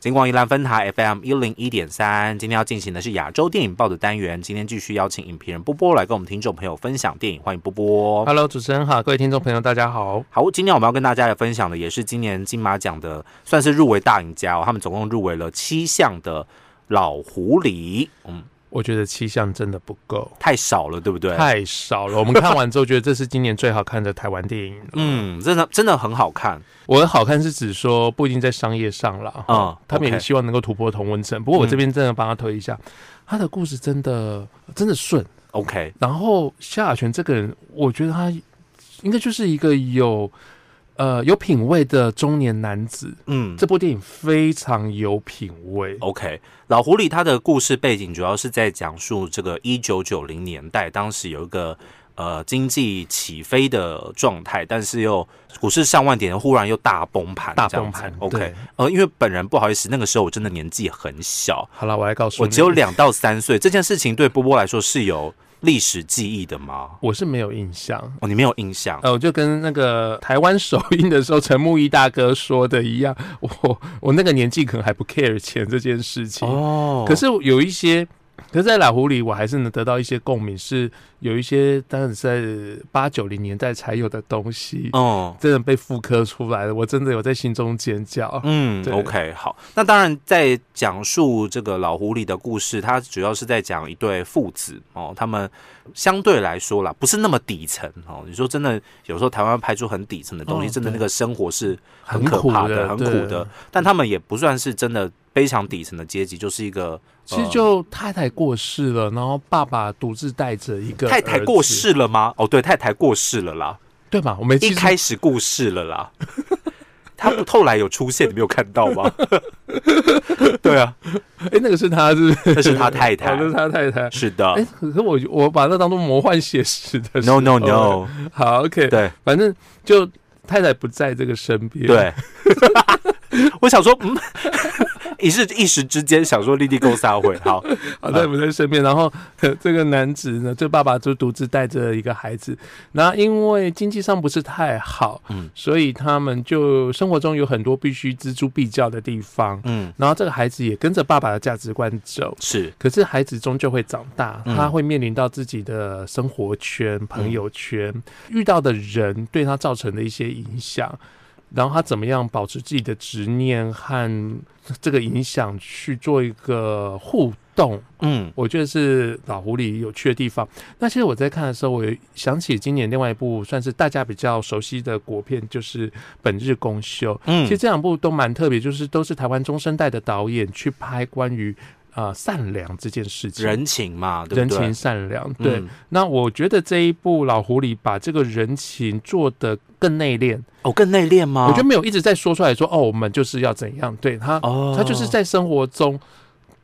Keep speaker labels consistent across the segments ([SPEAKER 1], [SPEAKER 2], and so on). [SPEAKER 1] 金广宜兰分台 FM 一零一点三，今天要进行的是亚洲电影报的单元。今天继续邀请影评人波波来跟我们听众朋友分享电影，欢迎波波。
[SPEAKER 2] Hello，主持人好，各位听众朋友，大家好。
[SPEAKER 1] 好，今天我们要跟大家来分享的也是今年金马奖的，算是入围大赢家哦。他们总共入围了七项的老狐狸，嗯，
[SPEAKER 2] 我觉得七项真的不够，
[SPEAKER 1] 太少了，对不对？
[SPEAKER 2] 太少了。我们看完之后，觉得这是今年最好看的台湾电影。
[SPEAKER 1] 嗯，真的真的很好看。
[SPEAKER 2] 我的好看是指说不一定在商业上啦，
[SPEAKER 1] 嗯
[SPEAKER 2] 嗯，他们也
[SPEAKER 1] OK
[SPEAKER 2] 希望能够突破同温层。不过我这边真的帮他推一下，他的故事真的真的顺。
[SPEAKER 1] OK，
[SPEAKER 2] 然后夏亚泉这个人，我觉得他应该就是一个有呃有品味的中年男子。
[SPEAKER 1] 嗯
[SPEAKER 2] 这部电影非常有品味，
[SPEAKER 1] ，OK。老狐狸它的故事背景主要是在讲述这个一九九零年代，当时有一个呃经济起飞的状态，但是又股市上万点，忽然又大崩盘，
[SPEAKER 2] 大
[SPEAKER 1] 这样
[SPEAKER 2] 崩
[SPEAKER 1] 子
[SPEAKER 2] 盘。
[SPEAKER 1] OK，
[SPEAKER 2] 对
[SPEAKER 1] 呃，因为本人不好意思，那个时候我真的年纪很 小，
[SPEAKER 2] 好了，我来告诉你，
[SPEAKER 1] 我只有两到三岁。这件事情对波波来说是有历史记忆的吗？
[SPEAKER 2] 我是没有印象。
[SPEAKER 1] 哦，你没有印象。
[SPEAKER 2] 呃，我就跟那个台湾首映的时候，陈木易大哥说的一样，我我那个年纪可能还不 care 钱这件事情。
[SPEAKER 1] 哦
[SPEAKER 2] 呃可是有一些，可是在老狐狸，我还是能得到一些共鸣，是有一些当然是在八九零年代才有的东西，
[SPEAKER 1] 哦，
[SPEAKER 2] 真的被复刻出来了。我真的有在心中尖叫。
[SPEAKER 1] 嗯
[SPEAKER 2] 对
[SPEAKER 1] ，OK，好。那当然，在讲述这个老狐狸的故事，它主要是在讲一对父子哦，他们相对来说啦，不是那么底层哦。你说真的，有时候台湾拍出很底层的东西，
[SPEAKER 2] 哦
[SPEAKER 1] 真的那
[SPEAKER 2] 对
[SPEAKER 1] 个生活是很
[SPEAKER 2] 很
[SPEAKER 1] 可
[SPEAKER 2] 苦
[SPEAKER 1] 怕
[SPEAKER 2] 的
[SPEAKER 1] 很苦
[SPEAKER 2] 对
[SPEAKER 1] 的。哦但他们也不算是真的非常底层的阶级，就是一个
[SPEAKER 2] 其实
[SPEAKER 1] 呃
[SPEAKER 2] 就太太过世了，然后爸爸独自带着一个
[SPEAKER 1] 太太
[SPEAKER 2] 儿
[SPEAKER 1] 过
[SPEAKER 2] 子，
[SPEAKER 1] 世了吗？哦，对，太太过世了啦，
[SPEAKER 2] 对吧？我没
[SPEAKER 1] 一
[SPEAKER 2] 记错
[SPEAKER 1] 开始过世了啦。他后来有出现，你没有看到吗？ 对啊，
[SPEAKER 2] 哎、那个是他是不是
[SPEAKER 1] 那是他太太
[SPEAKER 2] 哦那是他太太。
[SPEAKER 1] 是的。
[SPEAKER 2] 哎、可是我我把那当做魔幻写实的时
[SPEAKER 1] No
[SPEAKER 2] 候。
[SPEAKER 1] no
[SPEAKER 2] 哦
[SPEAKER 1] no，
[SPEAKER 2] 好，OK，
[SPEAKER 1] 对
[SPEAKER 2] 反正就太太不在这个身边。，
[SPEAKER 1] 对， 我想说，嗯， 一时一时之间想说莉莉够撒会， 好，
[SPEAKER 2] 好
[SPEAKER 1] 嗯
[SPEAKER 2] 在哦不在身边。然后 呵这个男子呢，这爸爸就独自带着一个孩子。那因为经济上不是太好，
[SPEAKER 1] 嗯
[SPEAKER 2] 所以他们就生活中有很多必须锱铢必较的地方。
[SPEAKER 1] 嗯，
[SPEAKER 2] 然后这个孩子也跟着爸爸的价值观走。
[SPEAKER 1] 是，
[SPEAKER 2] 可是孩子终究会长大，
[SPEAKER 1] 嗯
[SPEAKER 2] 他会面临到自己的生活圈、朋友圈，遇到的人对他造成的一些影响，然后他怎么样保持自己的执念和这个影响去做一个互动。
[SPEAKER 1] 嗯
[SPEAKER 2] 我觉得是老狐狸有趣的地方。那其实我在看的时候，我也想起今年另外一部算是大家比较熟悉的国片，就是《本日公休》。
[SPEAKER 1] 嗯
[SPEAKER 2] 其实这两部都蛮特别，就是都是台湾中生代的导演去拍关于呃善良这件事情，
[SPEAKER 1] 人情嘛，对不对？
[SPEAKER 2] 人情善良。对，
[SPEAKER 1] 嗯
[SPEAKER 2] 那我觉得这一部《老狐狸》把这个人情做得更内敛，
[SPEAKER 1] 哦，更内敛吗？
[SPEAKER 2] 我觉得没有一直在说出来说哦，我们就是要怎样，对他，
[SPEAKER 1] 哦，
[SPEAKER 2] 他就是在生活中。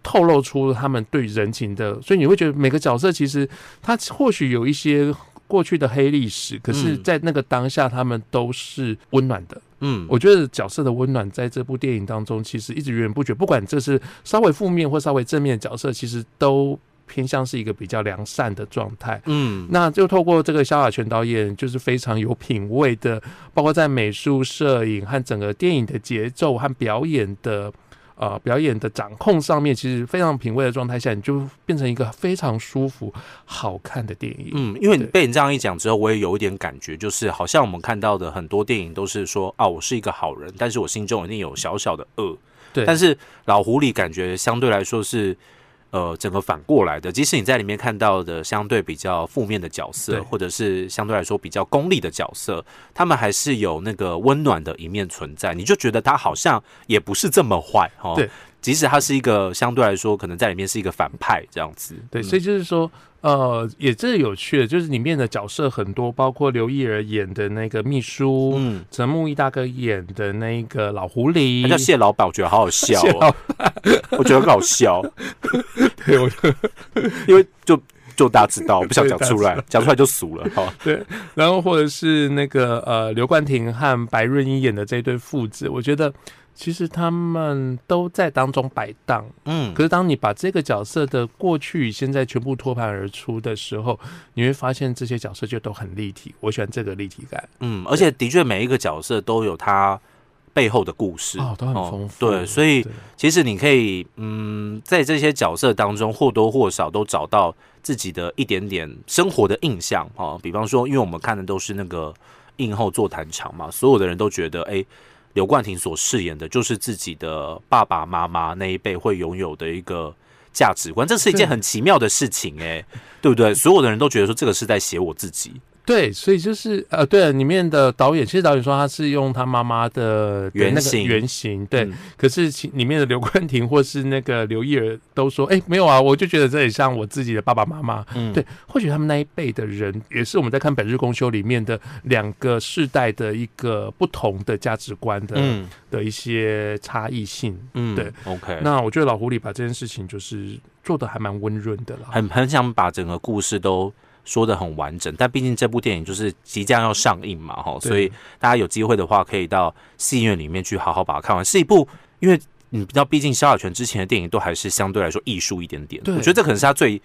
[SPEAKER 2] 透露出他们对人情的，所以你会觉得每个角色其实他或许有一些过去的黑历史，可是，
[SPEAKER 1] 嗯
[SPEAKER 2] 在那个当下，他们都是温暖的。
[SPEAKER 1] 嗯，
[SPEAKER 2] 我觉得角色的温暖在这部电影当中，其实一直源源不绝。不管这是稍微负面或稍微正面的角色，其实都偏向是一个比较良善的状态。
[SPEAKER 1] 嗯
[SPEAKER 2] 那就透过这个萧亚全导演，就是非常有品味的，包括在美术、摄影和整个电影的节奏和表演的。呃，表演的掌控上面，其实非常品味的状态下，你就变成一个非常舒服、好看的电影。
[SPEAKER 1] 嗯，因为你
[SPEAKER 2] 对
[SPEAKER 1] 被你这样一讲之后，我也有一点感觉，就是好像我们看到的很多电影都是说啊，我是一个好人，但是我心中一定有小小的恶。
[SPEAKER 2] 对，
[SPEAKER 1] 但是老狐狸感觉相对来说是。呃，整个反过来的，即使你在里面看到的相对比较负面的角色
[SPEAKER 2] 对，
[SPEAKER 1] 或者是相对来说比较功利的角色，他们还是有那个温暖的一面存在，你就觉得他好像也不是这么坏哦。
[SPEAKER 2] 对，
[SPEAKER 1] 即使他是一个相对来说可能在里面是一个反派这样子。嗯
[SPEAKER 2] 对，所以就是说，呃，也这有趣的，就是里面的角色很多，包括刘亦儿演的那个秘书，
[SPEAKER 1] 嗯，
[SPEAKER 2] 陈木易大哥演的那个老狐狸，
[SPEAKER 1] 他叫谢老板，我觉得好好 笑
[SPEAKER 2] 谢
[SPEAKER 1] 哦，我觉得很好笑，
[SPEAKER 2] 对，我
[SPEAKER 1] 因为就就大家知道，我不想
[SPEAKER 2] 对
[SPEAKER 1] 讲
[SPEAKER 2] 大家
[SPEAKER 1] 出来，讲出来就俗了。好，
[SPEAKER 2] 对，然后或者是那个呃刘冠廷和白润英演的这对父子，我觉得其实他们都在当中摆荡，
[SPEAKER 1] 嗯
[SPEAKER 2] 可是当你把这个角色的过去与现在全部脱盘而出的时候，你会发现这些角色就都很立体，我喜欢这个立体感。
[SPEAKER 1] 嗯，而且的确每一个角色都有他背后的故事
[SPEAKER 2] 哦，都很丰富。
[SPEAKER 1] 对，所以
[SPEAKER 2] 对
[SPEAKER 1] 其实你可以，嗯，在这些角色当中或多或少都找到自己的一点点生活的印象啊、哦。比方说，因为我们看的都是那个映后座谈场嘛，所有的人都觉得，哎，刘冠廷所饰演的就是自己的爸爸妈妈那一辈会拥有的一个价值观，这是一件
[SPEAKER 2] 对
[SPEAKER 1] 很奇妙的事情、哎，对不对？所有的人都觉得说这个是在写我自己，
[SPEAKER 2] 对，所以就是呃，对了，里面的导演，其实导演说他是用他妈妈的的
[SPEAKER 1] 原
[SPEAKER 2] 那个
[SPEAKER 1] 型
[SPEAKER 2] 原型，对。
[SPEAKER 1] 嗯
[SPEAKER 2] 可是其里面的刘冠廷或是那个刘烨都说，哎、没有啊，我就觉得这很像我自己的爸爸妈妈。
[SPEAKER 1] 嗯
[SPEAKER 2] 对，或许他们那一辈的人，也是我们在看《本日公休》里面的两个世代的一个不同的价值观的、
[SPEAKER 1] 嗯
[SPEAKER 2] 的一些差异性。
[SPEAKER 1] 嗯，
[SPEAKER 2] 对
[SPEAKER 1] ，OK，
[SPEAKER 2] 那我觉得老狐狸把这件事情就是做的还蛮温润的啦。
[SPEAKER 1] 很很想把整个故事都说的很完整，但毕竟这部电影就是即将要上映嘛，哈，
[SPEAKER 2] 对
[SPEAKER 1] 所以大家有机会的话，可以到戏院里面去好好把它看完。是一部，因为你知道，毕竟萧亚全之前的电影都还是相对来说艺术一点点，
[SPEAKER 2] 对
[SPEAKER 1] 我觉得这可能是他最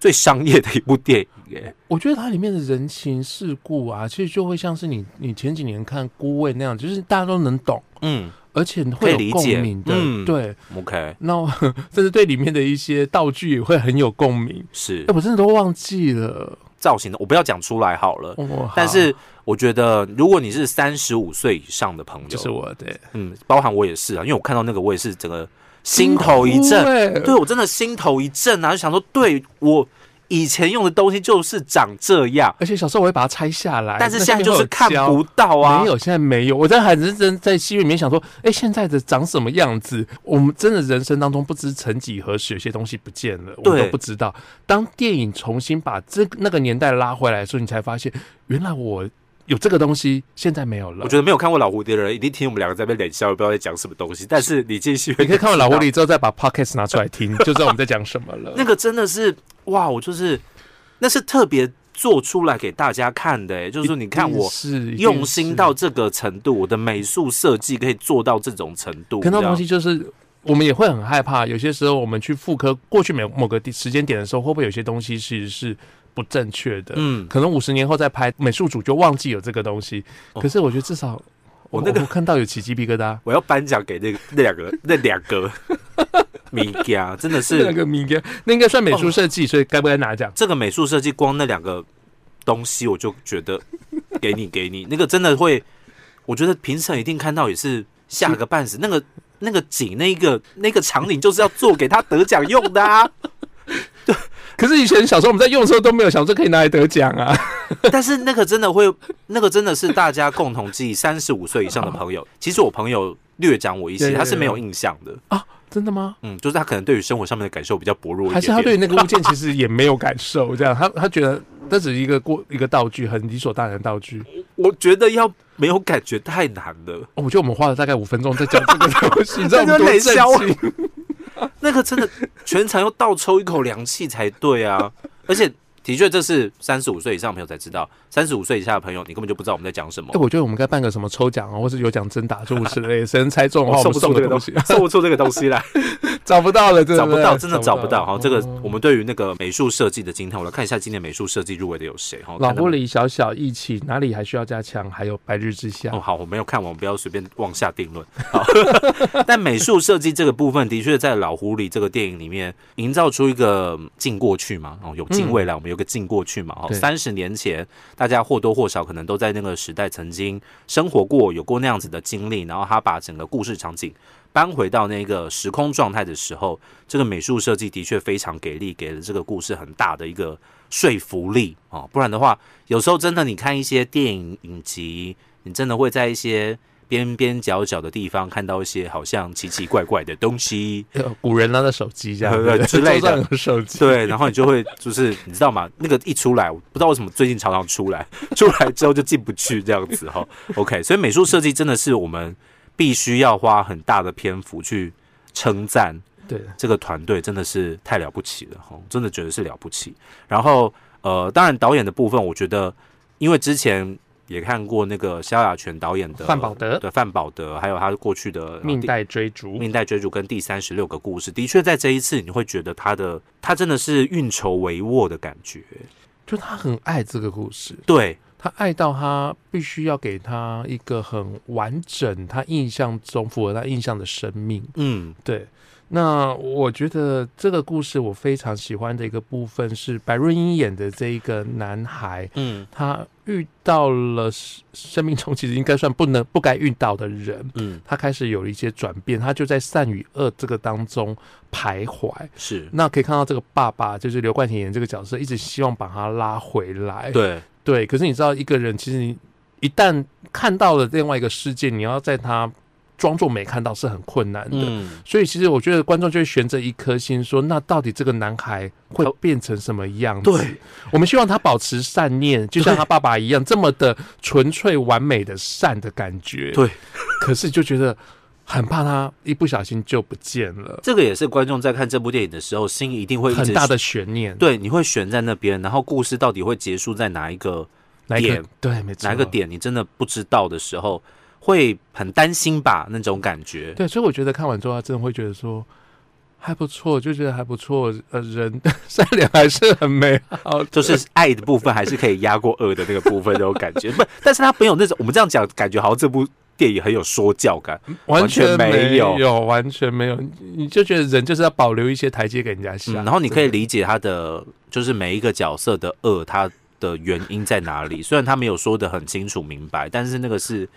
[SPEAKER 1] 最商业的一部电影耶。
[SPEAKER 2] 我觉得它里面的人情世故啊，其实就会像是你你前几年看《孤味》那样，就是大家都能懂，
[SPEAKER 1] 嗯
[SPEAKER 2] 而且会
[SPEAKER 1] 可以理
[SPEAKER 2] 有共
[SPEAKER 1] 解
[SPEAKER 2] 鸣的。
[SPEAKER 1] 嗯
[SPEAKER 2] 对，
[SPEAKER 1] ，OK，
[SPEAKER 2] 那我 甚至对里面的一些道具也会很有共鸣。
[SPEAKER 1] 是
[SPEAKER 2] 哎、我真的都忘记了。
[SPEAKER 1] 造型的，我不要讲出来好了。
[SPEAKER 2] 哦、
[SPEAKER 1] 但
[SPEAKER 2] 好
[SPEAKER 1] 是我觉得，如果你是三十五岁以上的朋友，
[SPEAKER 2] 就是我对
[SPEAKER 1] 嗯，包含我也是啊，因为我看到那个，我也是整个心头一震，
[SPEAKER 2] 对
[SPEAKER 1] 对我真的心头一震啊，就想说，对我以前用的东西就是长这样，
[SPEAKER 2] 而且小时候我会把它拆下来，
[SPEAKER 1] 但是
[SPEAKER 2] 哎那
[SPEAKER 1] 现在
[SPEAKER 2] 上面
[SPEAKER 1] 就
[SPEAKER 2] 会
[SPEAKER 1] 是
[SPEAKER 2] 有
[SPEAKER 1] 看
[SPEAKER 2] 胶
[SPEAKER 1] 不到啊。
[SPEAKER 2] 没有，现在没有。我在很认真在心里面想说，哎、现在的长什么样子？我们真的人生当中不知曾几何时，有些东西不见了，我们
[SPEAKER 1] 对
[SPEAKER 2] 都不知道。当电影重新把这那个年代拉回来的时候，你才发现，原来我有这个东西，现在没有了。
[SPEAKER 1] 我觉得没有看过老蝴蝶的人一定听我们两个在那边冷笑，不知道在讲什么东西。但是你进戏院，
[SPEAKER 2] 你可以看完老狐狸之后，再把 podcast 拿出来听，就知道我们在讲什么了。
[SPEAKER 1] 那个真的是哇，我就是那是特别做出来给大家看的、欸，就是说你看
[SPEAKER 2] 一定
[SPEAKER 1] 我
[SPEAKER 2] 是一定
[SPEAKER 1] 用心
[SPEAKER 2] 是
[SPEAKER 1] 到这个程度，我的美术设计可以做到这种程度，
[SPEAKER 2] 看到
[SPEAKER 1] 这样
[SPEAKER 2] 东西就是。我们也会很害怕，有些时候我们去复刻过去某某个地时间点的时候，会不会有些东西其实是不正确的？
[SPEAKER 1] 嗯，
[SPEAKER 2] 可能五十年后再拍，美术组就忘记有这个东西。
[SPEAKER 1] 哦
[SPEAKER 2] 可是我觉得至少
[SPEAKER 1] 我那个
[SPEAKER 2] 看到有起鸡皮疙瘩，
[SPEAKER 1] 我要颁奖给那个那两个那两个 米家，真的
[SPEAKER 2] 那
[SPEAKER 1] 是哦
[SPEAKER 2] 个名言，那应该算美术设计，所以该不该拿奖？
[SPEAKER 1] 这个美术设计光那两个东西，我就觉得给你给你那个真的会，我觉得评审一定看到也是吓个半死。那个那个景，那个那个场景就是要做给他得奖用的 啊。
[SPEAKER 2] 可是以前小时候我们在用的时候都没有想说可以拿来得奖啊。
[SPEAKER 1] 但是那个真的会，那个真的是大家共同记忆。三十五岁以上的朋友，其实我朋友略讲我一些，
[SPEAKER 2] 对对
[SPEAKER 1] 他是没有
[SPEAKER 2] 对
[SPEAKER 1] 印象的。
[SPEAKER 2] 真的吗？
[SPEAKER 1] 嗯，就是他可能对于生活上面的感受比较薄弱一点点。
[SPEAKER 2] 还是他对那个物件其实也没有感受，这样他他觉得那只是一个过一个道具，很理所当然的道具。
[SPEAKER 1] 我觉得要没有感觉太难了，
[SPEAKER 2] 哦我觉得我们花了大概五分钟在讲这个东 西，你知道
[SPEAKER 1] 这
[SPEAKER 2] 我们
[SPEAKER 1] 就啊
[SPEAKER 2] 多
[SPEAKER 1] 累
[SPEAKER 2] 震
[SPEAKER 1] 消
[SPEAKER 2] 惊？
[SPEAKER 1] 那个真的全场要倒抽一口凉气才对啊！而且的确，这是三十五岁以上的朋友才知道，三十五岁以下的朋友你根本就不知道我们在讲什么
[SPEAKER 2] 哎，。我觉得我们该办个什么抽奖啊，或是有奖征答诸如此类的，谁能猜中的话，我们送个东西。
[SPEAKER 1] 送不出这个东西来，
[SPEAKER 2] 找不到了，真的
[SPEAKER 1] 找不到，真的找不到。哈，这个
[SPEAKER 2] 哦
[SPEAKER 1] 我们对于那个美术设计的惊叹，我来看一下今年美术设计入围的有谁哈。
[SPEAKER 2] 老
[SPEAKER 1] 看他
[SPEAKER 2] 玻
[SPEAKER 1] 们
[SPEAKER 2] 璃小小一起，哪里还需要加强？还有白日之下，
[SPEAKER 1] 哦，好，我没有看完，不要随便妄下定论。好， 但美术设计这个部分的确在《老狐狸》这个电影里面营造出一个嗯近过去嘛，哦，有近未来，我们有个近过去嘛。哦，
[SPEAKER 2] 嗯对，
[SPEAKER 1] 三十年前，大家或多或少可能都在那个时代曾经生活过，有过那样子的经历，然后他把整个故事场景。搬回到那个时空状态的时候，这个美术设计的确非常给力，给了这个故事很大的一个说服力哦。不然的话，有时候真的你看一些电影影集，你真的会在一些边边角角的地方看到一些好像奇奇怪怪的东西
[SPEAKER 2] 呃古人拿着手机这样
[SPEAKER 1] 对对
[SPEAKER 2] 对
[SPEAKER 1] 之类的
[SPEAKER 2] 桌上有手机，
[SPEAKER 1] 对，然后你就会就是你知道吗？那个一出来，我不知道为什么最近常常出来， 出来之后就进不去这样子哈、OK，所以美术设计真的是我们必须要花很大的篇幅去称赞
[SPEAKER 2] 对
[SPEAKER 1] 这个团队真的是太了不起了哈，真的觉得是了不起。然后呃，当然导演的部分，我觉得因为之前也看过那个萧亚全导演的
[SPEAKER 2] 范宝德
[SPEAKER 1] 对范宝德，还有他过去的呃
[SPEAKER 2] 命
[SPEAKER 1] 第
[SPEAKER 2] 带追逐，
[SPEAKER 1] 命带追逐跟第三十六个故事，的确在这一次你会觉得他的他真的是运筹帷幄的感觉，
[SPEAKER 2] 就他很爱这个故事，
[SPEAKER 1] 对，
[SPEAKER 2] 他爱到他必须要给他一个很完整，他印象中符合他印象的生命。
[SPEAKER 1] 嗯
[SPEAKER 2] 对，那我觉得这个故事我非常喜欢的一个部分是白润英演的这一个男孩，
[SPEAKER 1] 嗯
[SPEAKER 2] 他遇到了生生命中其实应该算不能不该遇到的人，
[SPEAKER 1] 嗯，
[SPEAKER 2] 他开始有了一些转变，他就在善与恶这个当中徘徊。
[SPEAKER 1] 是
[SPEAKER 2] 那可以看到这个爸爸，就是刘冠廷演这个角色，一直希望把他拉回来。
[SPEAKER 1] 对，
[SPEAKER 2] 对，可是你知道，一个人其实你一旦看到了另外一个世界，你要在他装作没看到是很困难的。
[SPEAKER 1] 嗯
[SPEAKER 2] 所以其实我觉得观众就会悬着一颗心说，那到底这个男孩会变成什么样子？
[SPEAKER 1] 对，
[SPEAKER 2] 我们希望他保持善念，就像他爸爸一样，这么的纯粹完美的善的感觉。
[SPEAKER 1] 对，
[SPEAKER 2] 可是就觉得很怕他一不小心就不见了，
[SPEAKER 1] 这个也是观众在看这部电影的时候，心一定会一
[SPEAKER 2] 很
[SPEAKER 1] 直
[SPEAKER 2] 大的悬念。，
[SPEAKER 1] 对，你会悬在那边，然后故事到底会结束在哪一个
[SPEAKER 2] 哪一个
[SPEAKER 1] 点？
[SPEAKER 2] 对，没错，
[SPEAKER 1] 哪一个？点，你真的不知道的时候，会很担心吧？那种感觉，
[SPEAKER 2] 对，所以我觉得看完之后，他真的会觉得说。还不错，就觉得还不错。呃，人 善良还是很美好的，
[SPEAKER 1] 就是爱的部分还是可以压过恶的那个部分那种感 觉。不，但是他没有那种，我们这样讲，感觉好像这部电影很有说教感。
[SPEAKER 2] 完
[SPEAKER 1] 全没有
[SPEAKER 2] 有，完全没有，你就觉得人就是要保留一些台阶给人家
[SPEAKER 1] 嗯，
[SPEAKER 2] 下，
[SPEAKER 1] 然后你可以
[SPEAKER 2] 真的
[SPEAKER 1] 理解他的，就是每一个角色的恶，他的原因在哪里。虽然他没有说的很清楚明白，但是那个是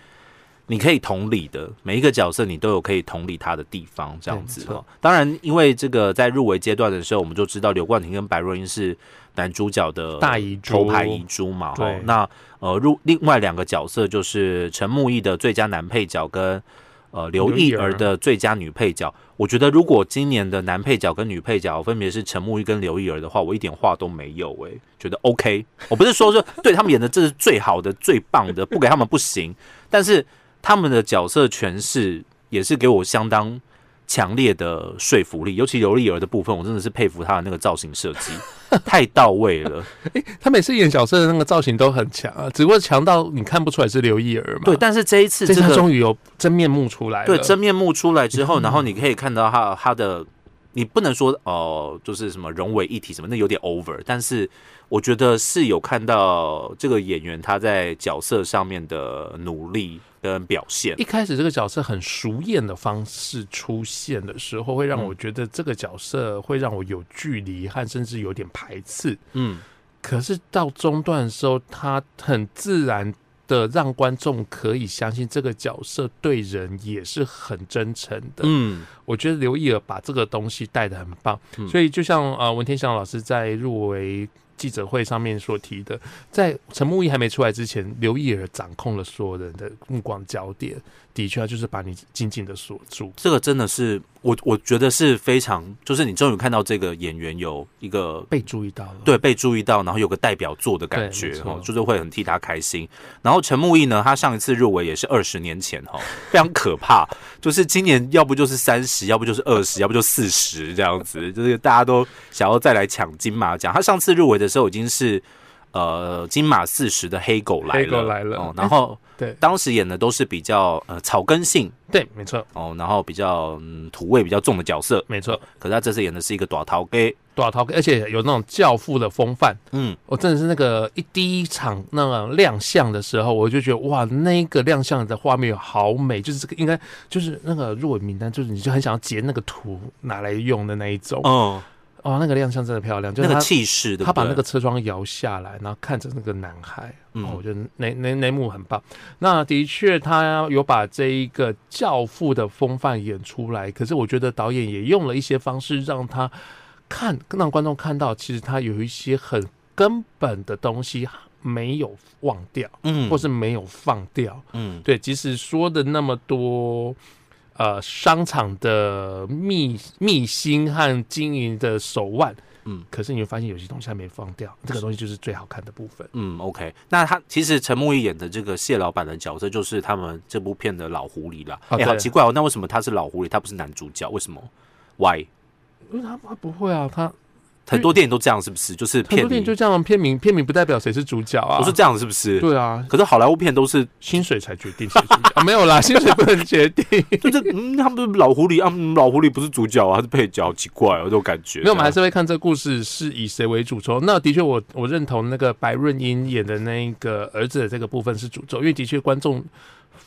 [SPEAKER 1] 你可以同理的，每一个角色你都有可以同理他的地方，这样
[SPEAKER 2] 对
[SPEAKER 1] 子
[SPEAKER 2] 没错
[SPEAKER 1] 哦。当然，因为这个在入围阶段的时候，我们就知道刘冠廷跟白若英是男主角的
[SPEAKER 2] 大遗珠
[SPEAKER 1] 头牌遗珠嘛。哦
[SPEAKER 2] 对，
[SPEAKER 1] 那呃入另外两个角色就是陈木易的最佳男配角跟。呃，刘
[SPEAKER 2] 刘
[SPEAKER 1] 亦
[SPEAKER 2] 亦
[SPEAKER 1] 儿
[SPEAKER 2] 儿
[SPEAKER 1] 的最佳女配角，我觉得如果今年的男配角跟女配角分别是陈木易跟刘亦儿的话，我一点话都没有诶、觉得 OK。我不是说说对他们演的这是最好的、最棒的，不给他们不行，但是他们的角色诠释也是给我相当强烈的说服力，尤其刘亦儿的部分，我真的是佩服她的那个造型设 计太到位了。
[SPEAKER 2] 他每次演角色的那个造型都很强啊，只不过强到你看不出来是刘亦儿嘛。
[SPEAKER 1] 对，，但是这一次
[SPEAKER 2] 这
[SPEAKER 1] 这
[SPEAKER 2] 次他
[SPEAKER 1] 个
[SPEAKER 2] 终于有真面目出来了。嗯
[SPEAKER 1] 对真面目出来之后，然后你可以看到她她的，你不能说哦、就是什么融为一体什么，那有点 over，但是我觉得是有看到这个演员她在角色上面的努力跟表现。
[SPEAKER 2] 一开始这个角色很熟艳的方式出现的时候，会让我觉得这个角色会让我有距离，和甚至有点排斥。
[SPEAKER 1] 嗯，
[SPEAKER 2] 可是到中段的时候，他很自然的让观众可以相信这个角色对人也是很真诚的。
[SPEAKER 1] 嗯，
[SPEAKER 2] 我觉得刘亦儿把这个东西带的很棒，
[SPEAKER 1] 嗯
[SPEAKER 2] 所以就像呃文天祥老师在入围记者会上面所提的，在陈木易还没出来之前，刘亦儿掌控了所有人的目光焦点，的确她啊就是把你紧紧的锁住。
[SPEAKER 1] 这个真的是我我觉得是非常，就是你终于看到这个演员有一个
[SPEAKER 2] 被注意到了，
[SPEAKER 1] 对被注意到，然后有个代表作的感
[SPEAKER 2] 对
[SPEAKER 1] 觉
[SPEAKER 2] 没错
[SPEAKER 1] 哦，就是会很替他开心。然后陈木易呢，他上一次入围也是二十年前哦，非常可怕。就是今年要不就是三十，要不就是二十，要不就四十这样子，就是大家都想要再来抢金马奖。他上次入围的时候已经是呃金马四十的黑狗来了，
[SPEAKER 2] 黑狗来了
[SPEAKER 1] 哦，然后
[SPEAKER 2] 对
[SPEAKER 1] 当时演的都是比较呃草根性
[SPEAKER 2] 对，没错
[SPEAKER 1] 哦，然后比较嗯土味比较重的角色，
[SPEAKER 2] 没错，
[SPEAKER 1] 可是他这次演的是一个短桃 gay，
[SPEAKER 2] 多少涛哥，而且有那种教父的风范。
[SPEAKER 1] 嗯，
[SPEAKER 2] 我哦真的是那个一第一场那个亮相的时候，我就觉得哇，那个亮相的画面好美，就是这个应该就是那个入围名单，就是你就很想要截那个图拿来用的那一种。
[SPEAKER 1] 哦，
[SPEAKER 2] 哦，那个亮相真的漂亮，就
[SPEAKER 1] 那
[SPEAKER 2] 是
[SPEAKER 1] 个
[SPEAKER 2] 他
[SPEAKER 1] 气势，对不
[SPEAKER 2] 他把
[SPEAKER 1] 对
[SPEAKER 2] 那个车窗摇下来，然后看着那个男孩，
[SPEAKER 1] 嗯
[SPEAKER 2] 哦，我觉得那那那一幕很棒。那的确，他有把这一个教父的风范演出来，可是我觉得导演也用了一些方式让他看，让观众看到，其实他有一些很根本的东西没有忘掉，
[SPEAKER 1] 嗯，
[SPEAKER 2] 或是没有放掉。
[SPEAKER 1] 嗯
[SPEAKER 2] 对，即使说的那么多，呃，商场的秘秘辛和经营的手腕，
[SPEAKER 1] 嗯，
[SPEAKER 2] 可是你会发现有些东西还没放掉，这个东西就是最好看的部分。
[SPEAKER 1] 嗯，OK。那他其实陈木易演的这个蟹老板的角色，就是他们这部片的老狐狸啦。
[SPEAKER 2] 啊
[SPEAKER 1] 哎、好
[SPEAKER 2] 对
[SPEAKER 1] 奇怪哦，那为什么他是老狐狸，他不是男主角？为什么？Why？
[SPEAKER 2] 因为他他不会啊，他
[SPEAKER 1] 很多电影都这样，是不是？就是
[SPEAKER 2] 很
[SPEAKER 1] 片
[SPEAKER 2] 多电
[SPEAKER 1] 名
[SPEAKER 2] 影就这样，啊片名片名不代表谁是主角啊。
[SPEAKER 1] 不是这样，是不是？
[SPEAKER 2] 对啊，
[SPEAKER 1] 可是好莱坞片都是，
[SPEAKER 2] 薪水才决定谁主角啊，没 有啦，薪水不能决定。
[SPEAKER 1] 就是嗯，他们老狐狸啊，嗯老狐狸不是主角啊，他是配角，好奇怪哦，这种感觉。
[SPEAKER 2] 没有，我们还
[SPEAKER 1] 是
[SPEAKER 2] 是会看这故事是以谁为主轴。那的确我，我认同那个白润英演的那个儿子的这个部分是主轴，因为的确观众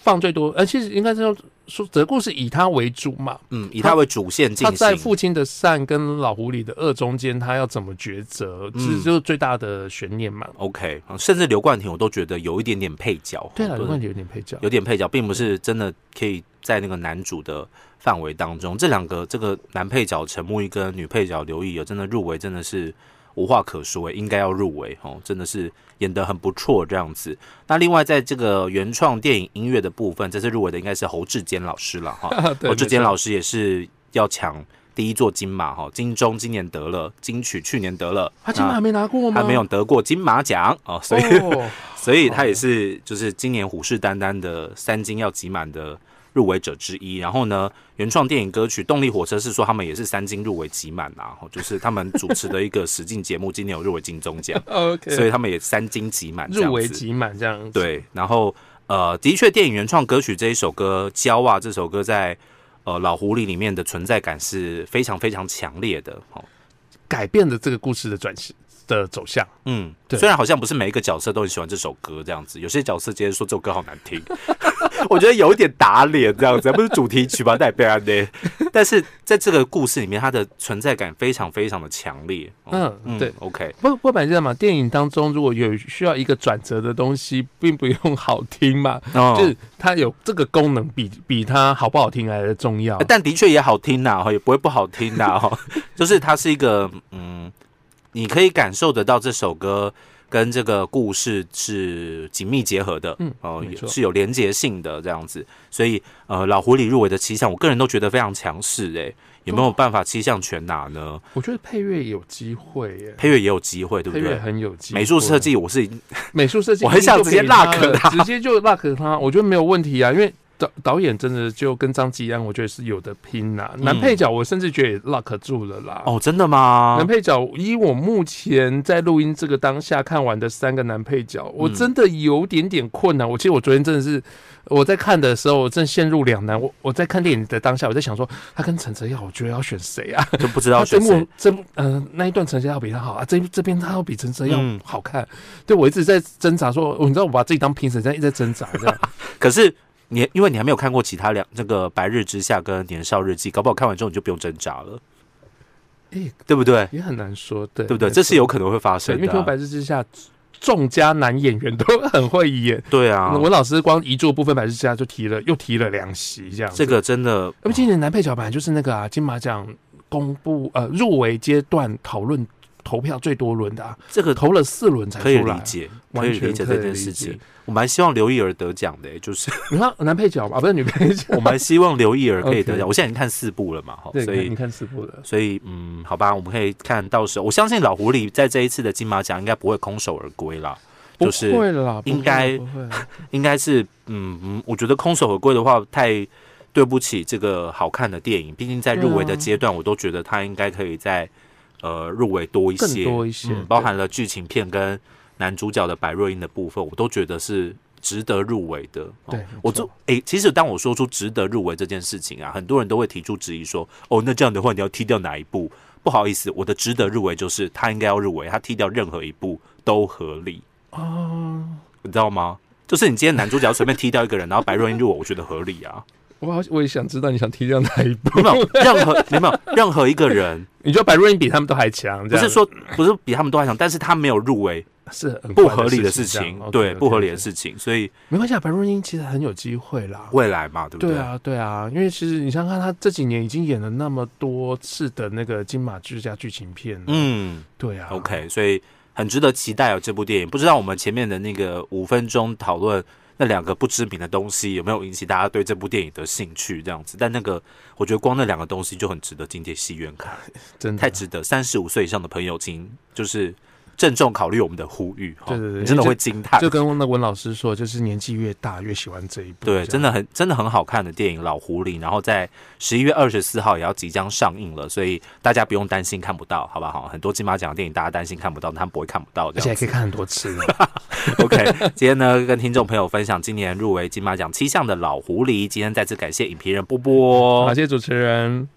[SPEAKER 2] 放最多，而其实应该是要说，这个故事以他为主嘛。
[SPEAKER 1] 嗯，以他为主线进
[SPEAKER 2] 他
[SPEAKER 1] 行。
[SPEAKER 2] 在父亲的善跟老狐狸的恶中间，他要怎么抉择，这、
[SPEAKER 1] 嗯
[SPEAKER 2] 就是最大的悬念嘛。
[SPEAKER 1] OK，嗯甚至刘冠廷我都觉得有一点点配角。
[SPEAKER 2] 对了，啊
[SPEAKER 1] 很多
[SPEAKER 2] 刘
[SPEAKER 1] 人
[SPEAKER 2] 冠廷有点配角，
[SPEAKER 1] 哦有点配角，并不是真的可以在那个男主的范围当中。这两个这个男配角陈木易跟女配角刘亦有真的入围，真的是无话可说、欸，应该要入围哦，真的是演得很不错这样子。那另外在这个原创电影音乐的部分，这次入围的应该是侯志坚老师了 哈。
[SPEAKER 2] 啊对
[SPEAKER 1] 侯志坚
[SPEAKER 2] 没错
[SPEAKER 1] 老师也是要抢第一座金马哈，金钟今年得了，金曲去年得了，
[SPEAKER 2] 他今晚还没拿过
[SPEAKER 1] 那
[SPEAKER 2] 吗？
[SPEAKER 1] 啊还没有得过金马奖哦，所以、
[SPEAKER 2] 哦，
[SPEAKER 1] 所以他也是就是今年虎视眈眈的三金要集满的入围者之一。然后呢，原创电影歌曲《动力火车》是说他们也是三金入围集满啦、啊，就是他们主持的一个实境节目，今年有入围金钟 奖，
[SPEAKER 2] 哦 OK，
[SPEAKER 1] 所以他们也三金集满这样
[SPEAKER 2] 入
[SPEAKER 1] 子
[SPEAKER 2] 围集满这样子。
[SPEAKER 1] 对，然后呃，的确，电影原创歌曲这一首歌《骄啊》这首歌在呃《老狐狸》里面的存在感是非常非常强烈的。哦，
[SPEAKER 2] 改变了这个故事的转型的走向。
[SPEAKER 1] 嗯，
[SPEAKER 2] 对
[SPEAKER 1] 虽然好像不是每一个角色都很喜欢这首歌这样子，有些角色今天说这首歌好难听， 我觉得有一点打脸这样子，不是主题曲吧，代表 呢。但是在这个故事里面，它的存在感非常非常的强烈。哦
[SPEAKER 2] 嗯对
[SPEAKER 1] ，OK，
[SPEAKER 2] 不不，本来是这样嘛，电影当中如果有需要一个转折的东西，并不用 好听嘛，
[SPEAKER 1] 哦
[SPEAKER 2] 就是它有这个功能比比它好不好听来的重要
[SPEAKER 1] 呃。但的确也好听呐、哦也不会不好听呐、哦 就是它是一个嗯，你可以感受得到这首歌跟这个故事是紧密结合的，
[SPEAKER 2] 嗯
[SPEAKER 1] 哦，
[SPEAKER 2] 没
[SPEAKER 1] 也
[SPEAKER 2] 错
[SPEAKER 1] 是有连结性的这样子，所以呃，老狐狸入围的七项，我个人都觉得非常强势诶，有
[SPEAKER 2] 哦
[SPEAKER 1] 没有办法七项全拿呢？
[SPEAKER 2] 我觉得配乐有机会耶，
[SPEAKER 1] 配乐也有机会，对不
[SPEAKER 2] 配乐
[SPEAKER 1] 对？
[SPEAKER 2] 很有机会。
[SPEAKER 1] 美术设，计我是已经
[SPEAKER 2] 美术设计，
[SPEAKER 1] 我很想直接 lock 它
[SPEAKER 2] 他，直接就 lock 他，我觉得没有问题啊，因为。导导演真的就跟张吉安，我觉得是有的拼呐、男配角我甚至觉得也 lock 住了啦。
[SPEAKER 1] 嗯哦，真的 吗
[SPEAKER 2] 男？配角，以我目前在录音这个当下看完的三个男配
[SPEAKER 1] 嗯
[SPEAKER 2] 角，我真的有点点困难。我其实我昨天真的是我在看的时候，我真的陷入两难。我我在看电影的当下，我在想说，他跟陈哲耀，我觉得要选谁啊？
[SPEAKER 1] 就不知
[SPEAKER 2] 他
[SPEAKER 1] 道
[SPEAKER 2] 这
[SPEAKER 1] 选
[SPEAKER 2] 幕
[SPEAKER 1] 谁。
[SPEAKER 2] 这幕呃那一段陈哲耀比他好啊，这这边他要比陈哲耀
[SPEAKER 1] 嗯
[SPEAKER 2] 好看。对我一直在挣扎说，哦你知道我把自己当评审这样一直在挣扎这样。
[SPEAKER 1] 可是你因为你还没有看过其他两这个《白日之下》跟《年少日记》，搞不好看完之后你就不用挣扎了，
[SPEAKER 2] 哎
[SPEAKER 1] 对不对？
[SPEAKER 2] 也很难说，对
[SPEAKER 1] 对不对？这是有可能会发
[SPEAKER 2] 对，
[SPEAKER 1] 生
[SPEAKER 2] 因为
[SPEAKER 1] 的
[SPEAKER 2] 《
[SPEAKER 1] 啊、
[SPEAKER 2] 白日之下》众家男演员都很会演。
[SPEAKER 1] 对啊，
[SPEAKER 2] 文老师光遗嘱部分百事之家就提了，又提了两席这样子。
[SPEAKER 1] 这个真的
[SPEAKER 2] 那么今年男配角本来就是那个啊，金马奖公布呃入围阶段讨论投票最多轮的、啊，
[SPEAKER 1] 这个
[SPEAKER 2] 投了四轮才出
[SPEAKER 1] 可以
[SPEAKER 2] 来，
[SPEAKER 1] 理解，可
[SPEAKER 2] 完
[SPEAKER 1] 以
[SPEAKER 2] 全
[SPEAKER 1] 理解
[SPEAKER 2] 可以
[SPEAKER 1] 这件
[SPEAKER 2] 理
[SPEAKER 1] 事
[SPEAKER 2] 解
[SPEAKER 1] 情。我蛮希望刘亦儿得奖的、欸 就是
[SPEAKER 2] 你看男配角嘛，啊不是女配角，
[SPEAKER 1] 我蛮希望刘亦儿可以得
[SPEAKER 2] OK
[SPEAKER 1] 奖。我现在已经看四部了嘛，哈，
[SPEAKER 2] 对，
[SPEAKER 1] 所
[SPEAKER 2] 你看
[SPEAKER 1] 以
[SPEAKER 2] 你看四部的，
[SPEAKER 1] 所以嗯，好吧，我们可以看到时候，我相信老狐狸在这一次的金马奖应该不会空手而归啦，就是
[SPEAKER 2] 不会啦，不会
[SPEAKER 1] 应该
[SPEAKER 2] 不会
[SPEAKER 1] 应该是嗯嗯，我觉得空手而归的话太。对不起，这个好看的电影，毕竟在入围的
[SPEAKER 2] 对啊
[SPEAKER 1] 阶段，我都觉得它应该可以在呃入围多一
[SPEAKER 2] 更
[SPEAKER 1] 些，
[SPEAKER 2] 多一些
[SPEAKER 1] 嗯，包
[SPEAKER 2] 对
[SPEAKER 1] 含了剧情片跟男主角的白若英的部分，我都觉得是值得入围的。哦
[SPEAKER 2] 对没
[SPEAKER 1] 我
[SPEAKER 2] 错
[SPEAKER 1] 就诶、其实当我说出值得入围这件事情啊，很多人都会提出质疑说，哦，那这样的话你要踢掉哪一部？不好意思，我的值得入围就是他应该要入围，他踢掉任何一部都合理，
[SPEAKER 2] 啊。
[SPEAKER 1] 你知道吗？就是你今天男主角随便踢掉一个人，然后白若英入围，我觉得合理 啊。
[SPEAKER 2] 我好，我也想知道你想提亮哪一部？
[SPEAKER 1] 没有任何没有任何一个人，
[SPEAKER 2] 你觉得白瑞英比他们都还强？ 这
[SPEAKER 1] 不
[SPEAKER 2] 样
[SPEAKER 1] 是说不是比他们都还强，但是他没有入围，
[SPEAKER 2] 是很
[SPEAKER 1] 不
[SPEAKER 2] 怪
[SPEAKER 1] 合理的
[SPEAKER 2] 事
[SPEAKER 1] 事
[SPEAKER 2] 情
[SPEAKER 1] 情
[SPEAKER 2] 这样，，
[SPEAKER 1] 对，
[SPEAKER 2] OK，OK，
[SPEAKER 1] 不合理的
[SPEAKER 2] OK
[SPEAKER 1] 事情，所以
[SPEAKER 2] 没关系，啊，白瑞英其实很有机会啦。
[SPEAKER 1] 未来嘛，对不
[SPEAKER 2] 对啊，对啊，因为其实你想想看，他这几年已经演了那么多次的那个金马之家剧情片，，
[SPEAKER 1] 嗯
[SPEAKER 2] 对啊
[SPEAKER 1] ，OK，所以很值得期待哦这部电影。不知道我们前面的那个五分钟讨论那两个不知名的东西有没有引起大家对这部电影的兴趣这样子？但那个我觉得光那两个东西就很值得进电戏院看，
[SPEAKER 2] 真的
[SPEAKER 1] 太值得。三十五岁以上的朋友请就是郑重考虑我们的呼吁，哦
[SPEAKER 2] 对对对
[SPEAKER 1] 你真的会惊叹
[SPEAKER 2] 就。跟那文老师说，就是年纪越大越喜欢这一部，
[SPEAKER 1] 对，
[SPEAKER 2] 这样
[SPEAKER 1] 真的很真的很好看的电影《老狐狸》，然后在十一月二十四号也要即将上映了，所以大家不用担心看不到，好不好？很多金马奖的电影大家担心看不到，他们不会看不到这样
[SPEAKER 2] 而
[SPEAKER 1] 子
[SPEAKER 2] 且还。可以看很多次呢。
[SPEAKER 1] OK，今天呢跟听众朋友分享今年入围金马奖七项的老狐狸。今天再次感谢影评人波波，
[SPEAKER 2] 好，谢谢主持人。